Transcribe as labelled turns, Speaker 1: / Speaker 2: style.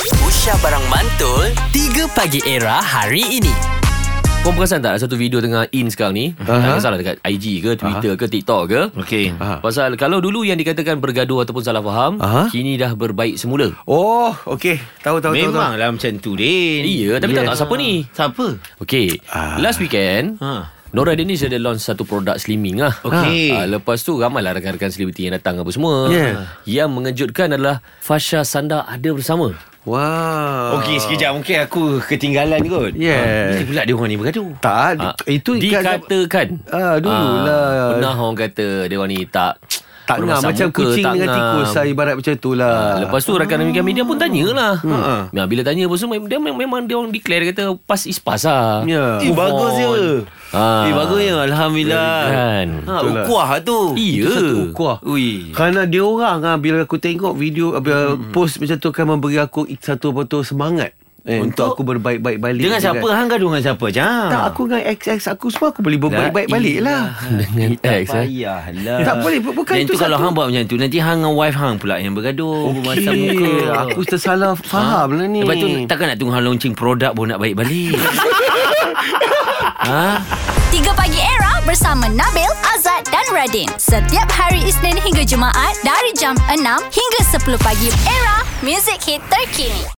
Speaker 1: Aisyah Barang Mantul 3 Pagi Era hari ini
Speaker 2: Kau perasan tak ada satu video tengah in sekarang ni
Speaker 3: Aha.
Speaker 2: Tak kisahlah dekat IG ke Twitter ke TikTok ke
Speaker 4: Okey.
Speaker 3: Aha.
Speaker 2: Pasal kalau dulu yang dikatakan bergaduh ataupun salah faham
Speaker 3: Aha.
Speaker 2: Kini dah berbaik semula
Speaker 3: Oh, okey. Tahu tahu tahu.
Speaker 4: Memanglah macam tu, Din.
Speaker 2: Iya tapi tak
Speaker 4: Yes.
Speaker 2: tahu siapa ni
Speaker 4: Siapa?
Speaker 2: Okay
Speaker 3: Ah.
Speaker 2: Last weekend
Speaker 4: Ha.
Speaker 2: Nora Denise ada launch satu produk slimming lah
Speaker 4: Okey.
Speaker 2: Ah, Lepas tu ramailah rekan-rekan selebriti yang datang apa semua
Speaker 3: Yeah.
Speaker 2: Yang mengenjutkan adalah Fasha Sanda ada bersama
Speaker 3: Wow.
Speaker 4: Okey, sekejap. Mungkin aku ketinggalan kot.
Speaker 3: Yeah.
Speaker 4: Mesti pula dia orang ni bergaduh.
Speaker 3: Tak,
Speaker 2: Ah,
Speaker 3: di- itu ikat-
Speaker 2: dikatakan.
Speaker 3: Ah, dululah.
Speaker 2: Pernah orang kata dia orang ni tak
Speaker 3: tak ngah
Speaker 2: bermasak
Speaker 3: macam
Speaker 2: muka,
Speaker 3: kucing
Speaker 2: tak
Speaker 3: dengan
Speaker 2: ngam.
Speaker 3: tikus lah ibarat macam tu lah.
Speaker 2: Ah, Lepas tu rakan rakan media pun tanyalah. Hmm. Nah, bila tanya apa semua dia mem- memang dia orang declare dia kata pas is pas lah.
Speaker 3: Ya.
Speaker 4: Eh,
Speaker 2: Move
Speaker 4: bagus
Speaker 2: on.
Speaker 4: je.
Speaker 2: Ah.
Speaker 4: Eh, bagusnya. Alhamdulillah.
Speaker 2: Kan.
Speaker 4: Ha, ukuah tu.
Speaker 2: Iya.
Speaker 3: Kuah.
Speaker 4: Ui.
Speaker 3: Kerana dia orang ah, bila aku tengok video ah,
Speaker 4: Hmm,
Speaker 3: bila post macam tu akan memberi aku satu betul semangat eh, untuk,
Speaker 4: Untuk-
Speaker 3: aku berbaik-baik balik.
Speaker 4: Dengan siapa?
Speaker 3: Kan.
Speaker 4: Hang gaduh dengan siapa? Jam.
Speaker 3: Tak aku dengan ex-ex aku semua aku boleh berbaik-baik balik lah.
Speaker 2: Dengan ex, eh.
Speaker 4: Tak payahlah.
Speaker 3: Tak boleh, bu- bukan
Speaker 4: Dan
Speaker 3: itu
Speaker 4: tu kalau
Speaker 3: satu.
Speaker 4: hang buat macam tu, nanti hang dengan wife hang pula yang bergaduh. Bermasak muka.
Speaker 3: Okey, aku tersalah faham lah ni.
Speaker 4: Lepas tu takkan nak tunggu hang launching produk pun nak balik-balik. ha?
Speaker 5: 3 Pagi Era bersama Nabil, Azad dan Radin. Setiap hari Isnin hingga Jumaat dari jam 6 hingga 10 pagi. Era, music hit terkini.